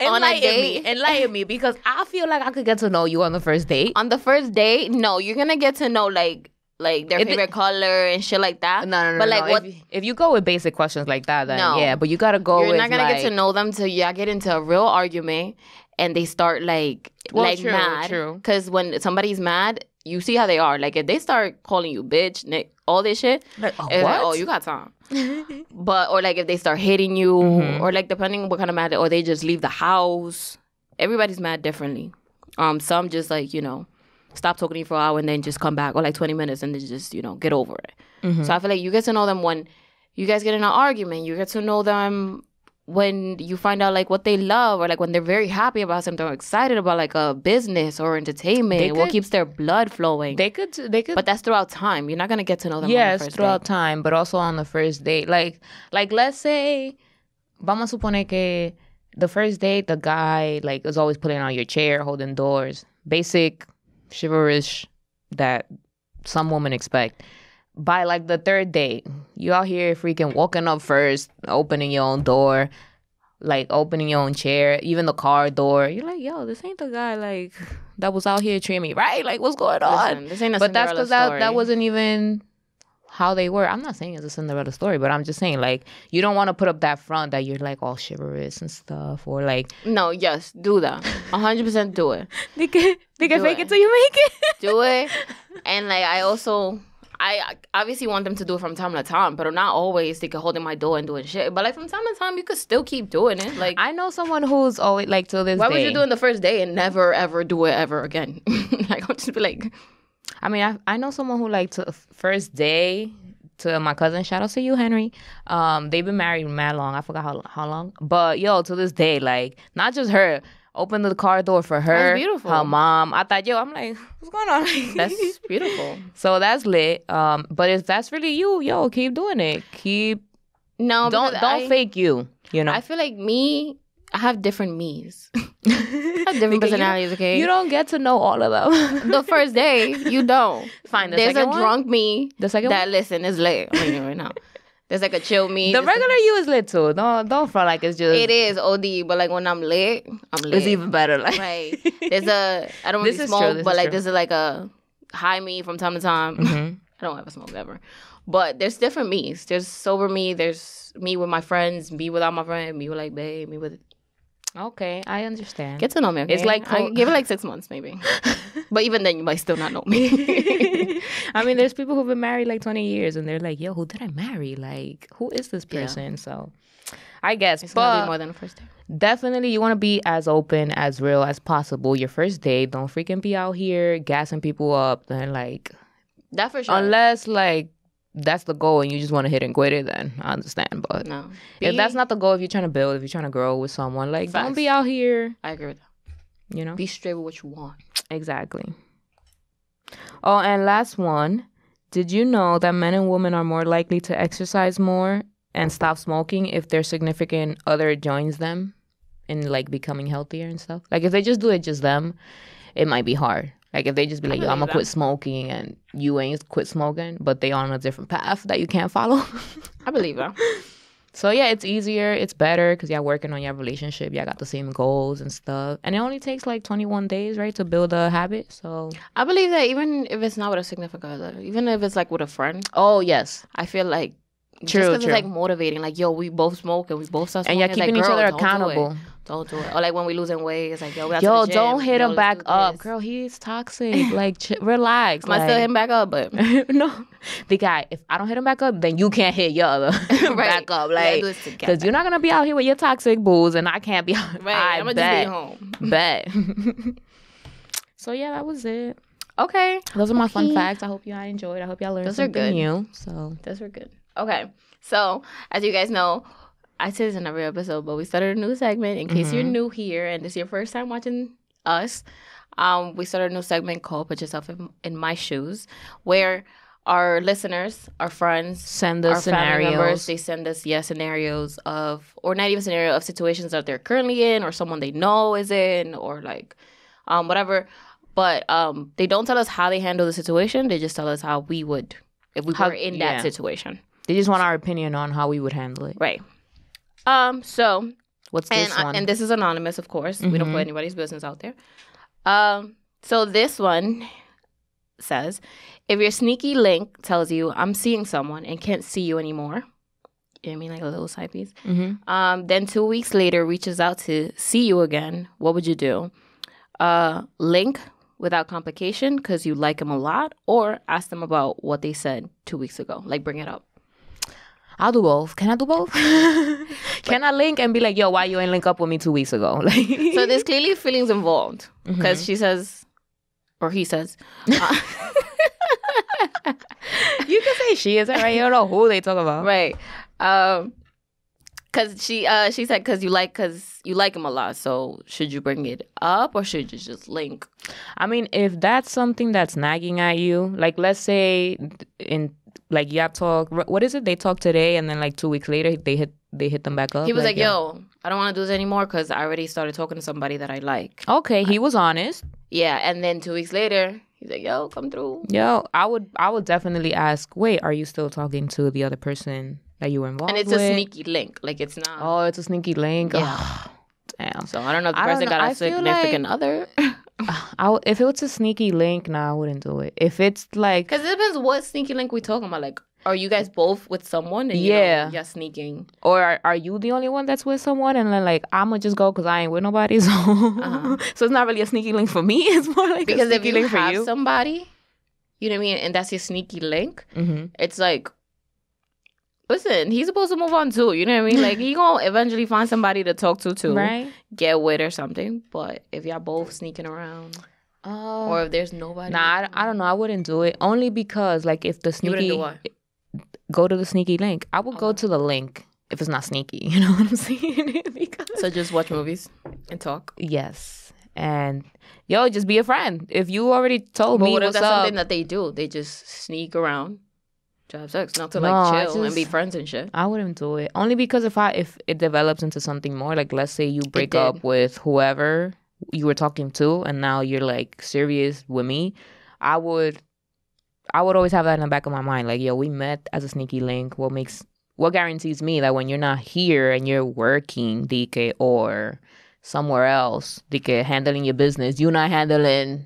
B: on a
A: Enlighten
B: date-
A: me, enlighten me, because I feel like I could get to know you on the first date.
B: on the first date, no, you're gonna get to know like like their
A: It-
B: favorite color and shit like that.
A: No, no, no.
B: But
A: no,
B: like
A: no.
B: what?
A: If, you- if you go with basic questions like that, then
B: No.
A: yeah. But you gotta go.
B: you're
A: with,
B: not gonna
A: like,
B: get to know them till y'all get into a real argument and they start like
A: Well,
B: like
A: true,
B: mad.
A: true.
B: Because when somebody's mad, you see how they are. Like if they start calling you bitch, nick, all this shit,
A: Like, oh,
B: it's like,
A: what?
B: oh, you got time. but or like if they start hitting you,
A: Mhm.
B: or like depending on what kind of mad, or they just leave the house. Everybody's mad differently. Um, some just like you know, stop talking to you for a while and then just come back, or like twenty minutes and then just you know get over it.
A: Mm-hmm.
B: So I feel like you get to know them when you guys get in an argument. You get to know them when you find out like what they love or like when they're very happy about something or excited about like a business or entertainment.
A: They
B: what
A: could-
B: keeps their blood flowing.
A: They could. They could.
B: but that's throughout time. You're not gonna get to know them. on the
A: yes,
B: first
A: throughout
B: day.
A: time, but also on the first date. Like, like let's say, vamos a suponer que the first date, the guy like is always pulling on your chair, holding doors, basic chivalrous that some women expect. By like the third date, you out here freaking walking up first, opening your own door, like opening your own chair, even the car door. You're like, yo, this ain't the guy like that was out here treating me right. Like, what's going on?
B: Listen, this ain't a
A: but that's
B: Cinderella
A: because that, that
B: story.
A: wasn't even how they were. I'm not saying it's a Cinderella story, but I'm just saying like you don't want to put up that front that you're like all chivalrous and stuff, or
B: (laughs)
A: like
B: No, yes, do that. A hundred percent do it.
A: they can they
B: can fake it
A: till you make it.
B: Do it. And like I also I I obviously want them to do it from time to time, but not always they could hold in my door and doing shit. But like from time to time you could still keep doing it. Like
A: (laughs) I know someone who's always like till this
B: why
A: day.
B: (laughs) would you do it the first day and never ever do it ever again? like I'll just be like
A: I mean, I I know someone who like to first day to my cousin. Shout out to you, Henry. Um, they've been married mad long. I forgot how how long, but yo, to this day, like not just her. Open the car door for her.
B: beautiful.
A: Her mom. I thought, yo, I'm like, what's going on?
B: (laughs)
A: (laughs)
B: That's beautiful.
A: so that's lit. Um, but if that's really you, yo, keep doing it. Keep
B: No,
A: don't
B: because
A: don't
B: I,
A: fake you. You know,
B: I feel like me. I have different me's. (laughs) I have different
A: (laughs) Because you-
B: personalities. Okay,
A: you don't get to know all of them.
B: the first day you don't.
A: (laughs) Fine. The
B: There's a
A: second one?
B: drunk me
A: The second
B: that listen is late. I'm reading it right now. (laughs) There's like a chill me.
A: one? The
B: There's like-
A: regular you is lit too. Don't don't feel like it's just
B: It is OD, but like when I'm lit, I'm lit.
A: It's even better.
B: (laughs)
A: Like
B: Right.
A: (laughs)
B: There's a I don't
A: This
B: really
A: is
B: smoke,
A: true, this
B: but
A: is
B: like
A: true.
B: this is Mm-hmm. like a high me from time to time.
A: Mhm.
B: (laughs) I don't ever smoke ever. But there's different me's. There's sober me, there's me with my friends, me without my friend, me with like babe, me with
A: Okay, I understand.
B: get to know me. Okay?
A: It's like
B: I
A: co-
B: give it like six months (laughs) maybe. but even then you might still not know me.
A: I mean, there's people who've been married like 20 years, and they're like, "Yo, who did I marry? Like, who is this
B: Yeah.
A: person?" So, I guess,
B: it's gonna (laughs)
A: but
B: be more than the first day.
A: definitely, you want to be as open, as real as possible. Your first date, don't freaking be out here gassing people up, and like,
B: That for sure.
A: unless like that's the goal, and you just want to hit and quit it, then I understand. But
B: no.
A: if
B: Be-
A: that's not the goal, if you're trying to build, if you're trying to grow with someone, like, don't
B: Facts.
A: be out here,
B: I agree with that.
A: you know.
B: Be straight with what you want.
A: Exactly. Oh, and last one. Did you know that men and women are more likely to exercise more and stop smoking if their significant other joins them in like becoming healthier and stuff? Like if they just do it just them, it might be hard. Like if they just be like, "Yo, I'm
B: believe
A: gonna quit smoking," and you ain't quit smoking, but they on a different path that you can't follow. (laughs)
B: I believe that.
A: so yeah, it's easier, it's better because y'all working on your relationship, y'all got the same goals and stuff, and it only takes like 21 days, right, to build a habit. So
B: I believe that even if it's not with a significant other, even if it's like with a friend,
A: Oh yes,
B: I feel like just
A: True,
B: 'cause
A: true.
B: it's like motivating. Like, yo, we both smoke and we both start
A: and
B: smoking.
A: you're
B: it's like,
A: keeping each
B: girl,
A: other
B: don't do it.
A: accountable.
B: Don't do it. Or like when we losing weight, it's like, yo, we got to
A: Yo,
B: the gym.
A: don't hit
B: Yo,
A: him
B: let's
A: back
B: do
A: up,
B: this.
A: girl.
B: (laughs)
A: He's toxic. Like, ch- relax.
B: I might still hit him back up, but
A: like- (laughs) no, the guy. If I don't hit him back up, then you can't hit your
B: (laughs)
A: other (laughs) back up.
B: We gotta
A: Like,
B: do this together.
A: because you're not gonna be out here with your toxic booze, and I can't be. Out-
B: right,
A: I
B: I'm gonna
A: bet.
B: just be home.
A: (laughs) Bet. so yeah, that was it.
B: Okay,
A: Those are my fun
B: Okay.
A: facts. I hope y'all enjoyed. I hope y'all learned
B: Those are
A: something
B: good.
A: new. So
B: those were good. Okay, so as you guys know. I say this in every episode, but we started a new segment. In case you're new here and this is your first time watching us, um, we started a new segment called "Put Yourself in, in My Shoes," where our listeners, our friends,
A: send us
B: family members,
A: scenarios.
B: they send us yeah scenarios of or not even scenario of situations that they're currently in or someone they know is in or like um whatever but um they don't tell us how they handle the situation they just tell us how we would if we
A: How-
B: were in
A: yeah.
B: that situation
A: They just want our opinion on how we would handle it.
B: right um so
A: What's
B: and
A: this
B: I-
A: one?
B: and this is anonymous of course we don't
A: Mhm.
B: put anybody's business out there um so this one says if your sneaky link tells you i'm seeing someone and can't see you anymore you know what i mean like a little side piece
A: hmm
B: um, then two weeks later, reaches out to see you again. What would you do? Uh, link without complication because you like them a lot, or ask them about what they said two weeks ago. Like bring it up.
A: I'll do both. Can I do both? (laughs) Can I link and be like, yo, why you ain't link up with me two weeks ago? (laughs) Like,
B: So there's clearly feelings involved because
A: Mm-hmm.
B: she says, or he says, uh,
A: (laughs) you can say she is that right? You don't know who they talk about.
B: right? Um, because she uh she said because you like because you like him a lot. So should you bring it up or should you just link?
A: I mean, if that's something that's nagging at you, like let's say in like y'all talk, what is it? They talk today, and then like two weeks later, they hit they hit them back up.
B: He was like, "Yo, I don't want to do this anymore because I already started talking to somebody that I like."
A: yo, okay, he was honest.
B: Yeah, and then two weeks later, he's like, "Yo, come through."
A: Yo, I would I would definitely ask. Wait, are you still talking to the other person that you were involved?
B: And it's
A: with?
B: a sneaky link, like it's not.
A: Oh, it's a sneaky link. Ah,
B: Yeah.
A: Damn.
B: So I don't know if the
A: I don't
B: person
A: know.
B: got a
A: I feel
B: significant
A: (laughs)
B: other.
A: (sighs) I, w- if it was a sneaky link, nah, I wouldn't do it. If it's like,
B: Because it depends what sneaky link we talking about. Like, are you guys both with someone? And you
A: Yeah.
B: know, you're sneaking.
A: or are, are you the only one that's with someone? And then like, I'm gonna just go because I ain't with nobody. (laughs) So, so it's not really a sneaky link for me. (laughs) It's more like
B: Uh-huh. Because
A: a
B: if
A: sneaky
B: you
A: link for
B: have
A: you.
B: somebody, you know what I mean, and that's your sneaky link,
A: Mhm.
B: it's like. Listen, he's supposed to move on too. You know what I mean? Like he (laughs) gonna eventually find somebody to talk to too,
A: Right?
B: get with or something. But if y'all both sneaking around,
A: Uh,
B: or if there's nobody.
A: nah, I, I don't know. I wouldn't do it only because like if the
B: you wouldn't
A: sneaky
B: do what?
A: go to the sneaky link, I would go
B: Okay.
A: to the link if it's not sneaky. (laughs) You know what I'm saying? (laughs) because
B: So just watch movies and talk.
A: yes, and yo, just be a friend. If you already told
B: But
A: me
B: what if
A: what's
B: that's
A: up,
B: something that they do? They just sneak around, to have sex, not to
A: No,
B: like
A: I
B: chill and be
A: just-
B: friends and shit.
A: I wouldn't do it only because if I if it develops into something more, like let's say you break
B: did.
A: up with whoever you were talking to, and now you're like serious with me, I would, I would always have that in the back of my mind, like yo, we met as a sneaky link. What makes what guarantees me that when you're not here and you're working, DK or somewhere else, DK handling your business, you're not handling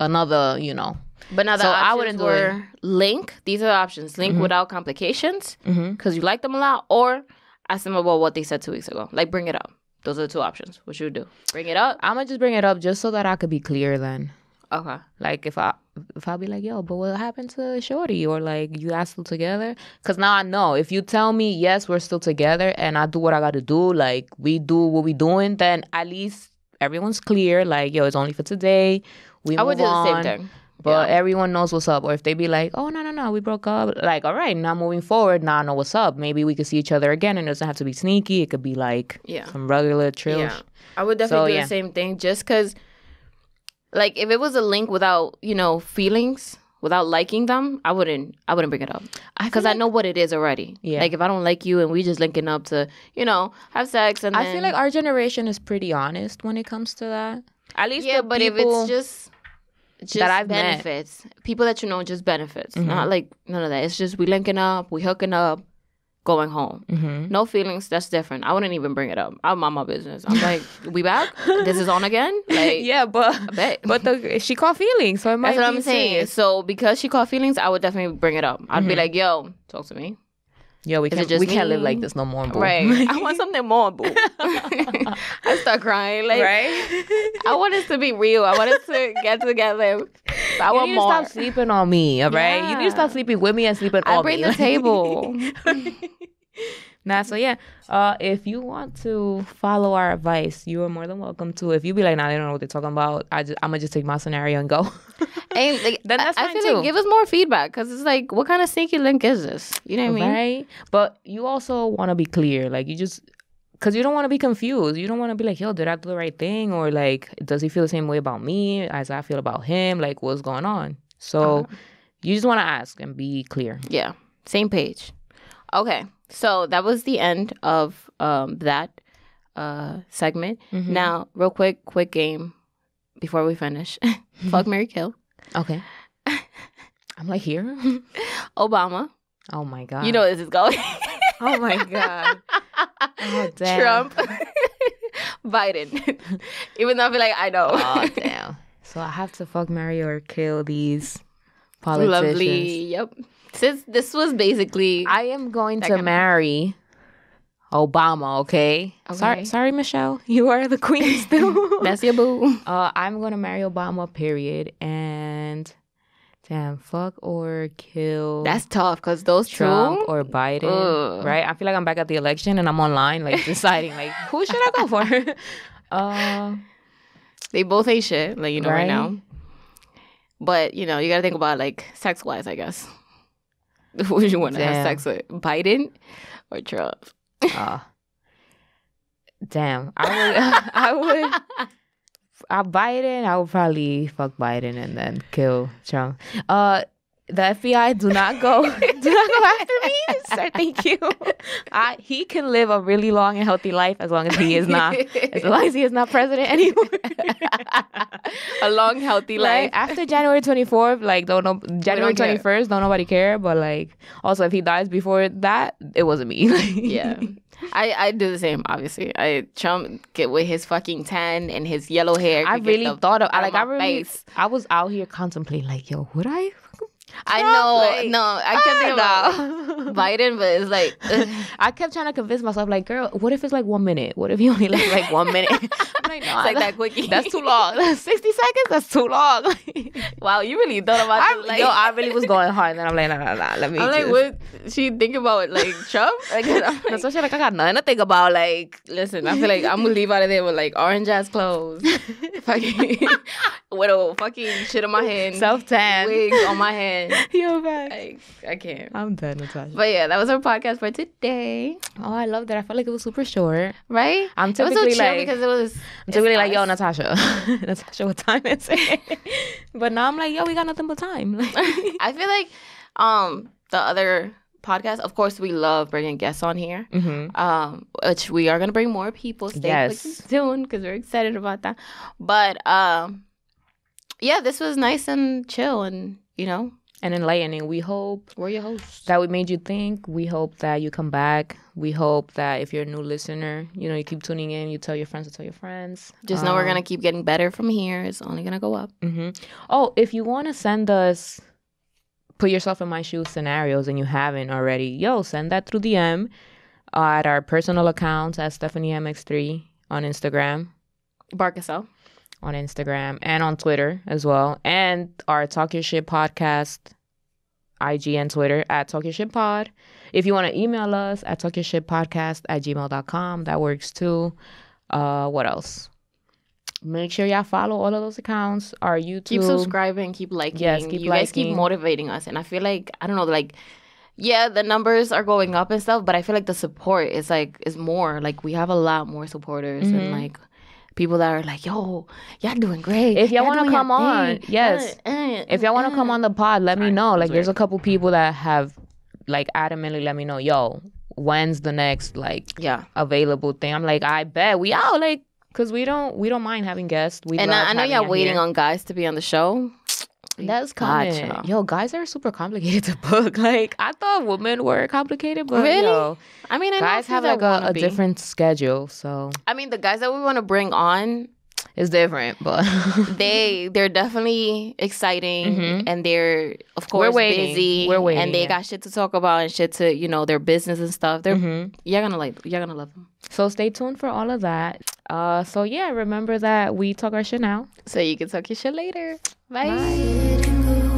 A: another, you know.
B: But now the
A: So I
B: options
A: wouldn't do it.
D: Or
B: were link. These are the options: link without complications
A: Mm-hmm.
B: because you like them a lot, or ask them about what they said two weeks ago. Like bring it up. Those are the two options. What you would do? Bring it up.
A: I'm gonna just bring it up just so that I could be clear then.
B: Okay.
A: Like if I if I'll be like, yo, but what happened to Shorty? Or like you guys still together? Cause now I know if you tell me yes, we're still together and I do what I gotta do, like we do what we doing, then at least everyone's clear, like, yo, it's only for today. We
B: I would
A: move
B: do the
A: on,
B: same thing.
A: But
B: Yeah.
A: everyone knows what's up. Or if they be like, Oh no, no, no, we broke up like, all right, now moving forward, now I know what's up. Maybe we could see each other again and it doesn't have to be sneaky. It could be like
B: Yeah.
A: some regular trill.
B: Yeah. I would
A: So,
B: definitely do
A: yeah.
B: the same thing just because, like, if it was a link without, you know, feelings, without liking them, I wouldn't, I wouldn't bring it up. Because I know what it is already.
A: Yeah.
B: Like, if I don't like you and we just linking up to, you know, have sex and
A: I
B: then-
A: feel like our generation is pretty honest when it comes to that. At least
B: yeah,
A: the
B: but if
A: people-
B: it's just, just
A: I've met.
B: benefits, people that you know just benefits,
A: Mhm.
B: not like none of that. It's just we linking up, we hooking up, going home.
A: Mm-hmm.
B: No feelings. That's different. I wouldn't even bring it up. I'm on my business. I'm like, we back? This is on
A: (laughs)
B: again? (laughs) Like,
A: yeah, but
B: bet.
A: but the, she caught feelings, so it might
B: That's what
A: be
B: I'm saying.
A: serious.
B: So because she caught feelings, I would definitely bring it up. I'd be
A: Mhm.
B: like, "Yo, talk to me."
A: Yo, we
B: Is it
A: can't
B: just
A: we can't live
B: me?
A: like this no more, boo. (laughs)
B: Right. (laughs) I want something more, boo. (laughs) I start crying. Like
A: right.
B: I want us to be real. I want us to get together. I
A: (laughs) You
B: want
A: need to
B: more.
A: stop sleeping on me, all right? You need to stop
B: Yeah.
A: sleeping with me and sleeping
B: I
A: on
B: bring
A: me.
B: the
A: Like-
B: table.
A: (laughs) nah, so yeah. Uh, if you want to follow our advice, you are more than welcome to. If you be like, nah, they don't know what they're talking about, I just, I'm gonna just take my scenario and go. (laughs)
B: and like,
A: Then that's
B: I, I
A: fine
B: feel
A: too.
B: like give us more feedback because it's like, what kind of sneaky link is this? You know what I mean?
A: right? But you also want to be clear, like you just because you don't want to be confused. You don't want to be like, yo, did I do the right thing, or like, does he feel the same way about me as I feel about him? Like, what's going on? So you just want to ask and be clear.
B: Yeah, same page. Okay, so that was the end of um, that uh, segment.
A: Mm-hmm.
B: Now, real quick, quick game before we
A: (laughs)
B: finish. Fuck Mary Kill.
A: okay. (laughs) I'm like here. (laughs)
B: Obama.
A: Oh my god.
B: You know where this is going.
A: (laughs) Oh my god. (laughs) Oh damn.
B: (laughs) Trump. Biden. (laughs) Even though I feel like I know. (laughs)
A: (laughs) Oh damn. So I have to fuck, marry, or kill these politicians.
B: Lovely. Yep. Since this was basically
A: I am going
B: That
A: to
B: kind of-
A: marry Obama, okay? Sorry,
B: Okay.
A: sorry, Michelle. (laughs) You are the queen
B: (laughs)
A: still. (laughs)
B: that's your boo.
A: uh, I'm going to marry Obama, period. And damn, fuck or kill
B: That's tough because those
A: Trump
B: two.
A: or Biden,
B: Ugh.
A: right? I feel like I'm back at the election and I'm online,
B: (laughs)
A: like deciding, like, who should I go for?
B: (laughs)
A: uh,
B: they both hate shit, like you know right,
A: Right.
B: now. But you know, you gotta think about like sex wise, I guess. (laughs) Who would you want to have
A: Damn.
B: sex with? Biden or Trump? (laughs)
A: uh, damn, (laughs)
B: (laughs)
A: I would, I would. I Biden, I would probably fuck Biden and then kill Trump. Uh, the FBI do not go, (laughs) do not go after
B: (laughs)
A: me, sir. Thank you. I, he can live a really long and healthy life as long as he is not, as long as he is not
B: (laughs)
A: president anymore.
B: a long, healthy life.
A: like after January twenty fourth, like don't know January
B: care.
A: twenty first, don't nobody care. But like, also if he dies before that, it wasn't me. (laughs) Like,
B: yeah. I, I do the same, obviously. I Trump get with his fucking tan and his yellow hair.
A: I
B: could get
A: really
B: the
A: thought of, I
B: out
A: like I
B: my
A: really,
B: face.
A: I was out here contemplating like, yo, would I fucking
B: I know, no, I can't think about
A: (laughs)
B: Biden, but it's like (laughs)
A: I kept trying to convince myself, like, girl, what if it's like one minute? What if you only live like
B: (laughs)
A: one minute? I'm like, no,
B: like
A: that-
B: that quickie.
A: that's too long. 60 seconds? That's
B: (laughs)
A: too long.
B: wow. You really thought about
A: I'm,
B: it. Like,
A: yo, I really was going hard. And then I'm like, nah, nah, nah, let me
B: I'm like,
A: just-
B: what she think about (laughs) like
A: (laughs)
B: Trump? Like, I'm like,
A: That's why she's like, I got nothing to think about. Like,
B: listen, I feel like (laughs) I'm gonna leave out of there with like orange ass (laughs) clothes, fucking (laughs) with a fucking shit on my hand,
A: self tan.
B: wig on my hand.
A: (laughs) Yo, back.
B: Like, I can't.
A: I'm done, Natasha.
B: But yeah, that was our podcast for today,
A: oh, I love that. I felt like it was super short.
B: right?
A: I'm
B: It was so
A: typically
B: chill
A: like,
B: because it was.
A: I'm typically like,
B: (laughs)
A: yo,
B: us.
A: Natasha, (laughs) Natasha, what time is it? (laughs) but now I'm like, yo, we got nothing but time. (laughs) Like,
B: I feel like um the other podcast. Of course, we love bringing guests on here.
A: mm-hmm.
B: um, which we are gonna bring more people. Stay
A: Yes.
B: fucking tuned because we're excited about that. But um, yeah, this was nice and chill, and you know,
A: and enlightening. We hope
B: we're your hosts.
A: that we made you think. We hope that you come back. We hope that if you're a new listener, you know, you keep tuning in, you tell your friends to tell your friends.
B: Just know we're gonna keep getting better from here. It's only gonna go up.
A: hmm Oh, if you want to send us put yourself in my shoes scenarios and you haven't already, yo, send that through DM uh, at our personal accounts at StephanieMX3 on Instagram.
B: Barcasel.
A: On Instagram and on Twitter as well. And our Talk Your Shit podcast, IG and Twitter at Talk Your Shit Pod. If you want to email us at Talk Your Shit Podcast at gmail.com, that works too. Uh, what else? Make sure y'all follow all of those accounts. Our YouTube.
B: Keep subscribing. Keep liking.
A: Yes, keep
B: you guys keep
A: liking.
B: motivating us, and I feel like I don't know, like. Yeah, the numbers are going up and stuff, but I feel like the support is like is more. Like we have a lot more supporters
A: Mm-hmm.
B: and like people that are like, "Yo, y'all doing great."
A: If y'all wanna
B: doing your
A: come on,
B: thing.
A: yes.
B: Uh, uh,
A: if y'all want to
B: uh."
A: come on the pod, let me know. Like, there's a couple people that have, like, adamantly let me know, yo, when's the next like
B: Yeah.
A: available thing? I'm like, I bet we out, like, cause we don't we don't mind having guests. We
B: And
A: love
B: I, I know
A: having
B: y'all
A: y'all
B: waiting
A: here.
B: on guys to be on the show.
A: That's
B: Got
A: coming.
B: y'all.
A: Yo, guys are super complicated to book. (laughs) Like, I thought women were complicated, but
B: Really?
A: yo,
B: I mean, I know a
A: guys
B: few
A: have
B: that
A: like a,
B: wanna
A: a
B: be.
A: different schedule, so
B: I mean, the guys that we want to bring on,
A: it's different. But (laughs)
B: they they're definitely exciting,
A: Mhm.
B: and they're of course
A: waiting.
B: busy.
A: We're waiting,
B: and they
A: yeah.
B: got shit to talk about and shit to you know their business and stuff. They're
A: Mhm.
B: you're gonna like you're gonna love them.
A: So stay tuned for all of that. Uh, so yeah, remember that we talk our shit now.
B: So you can talk your shit later. Bye.
E: It can go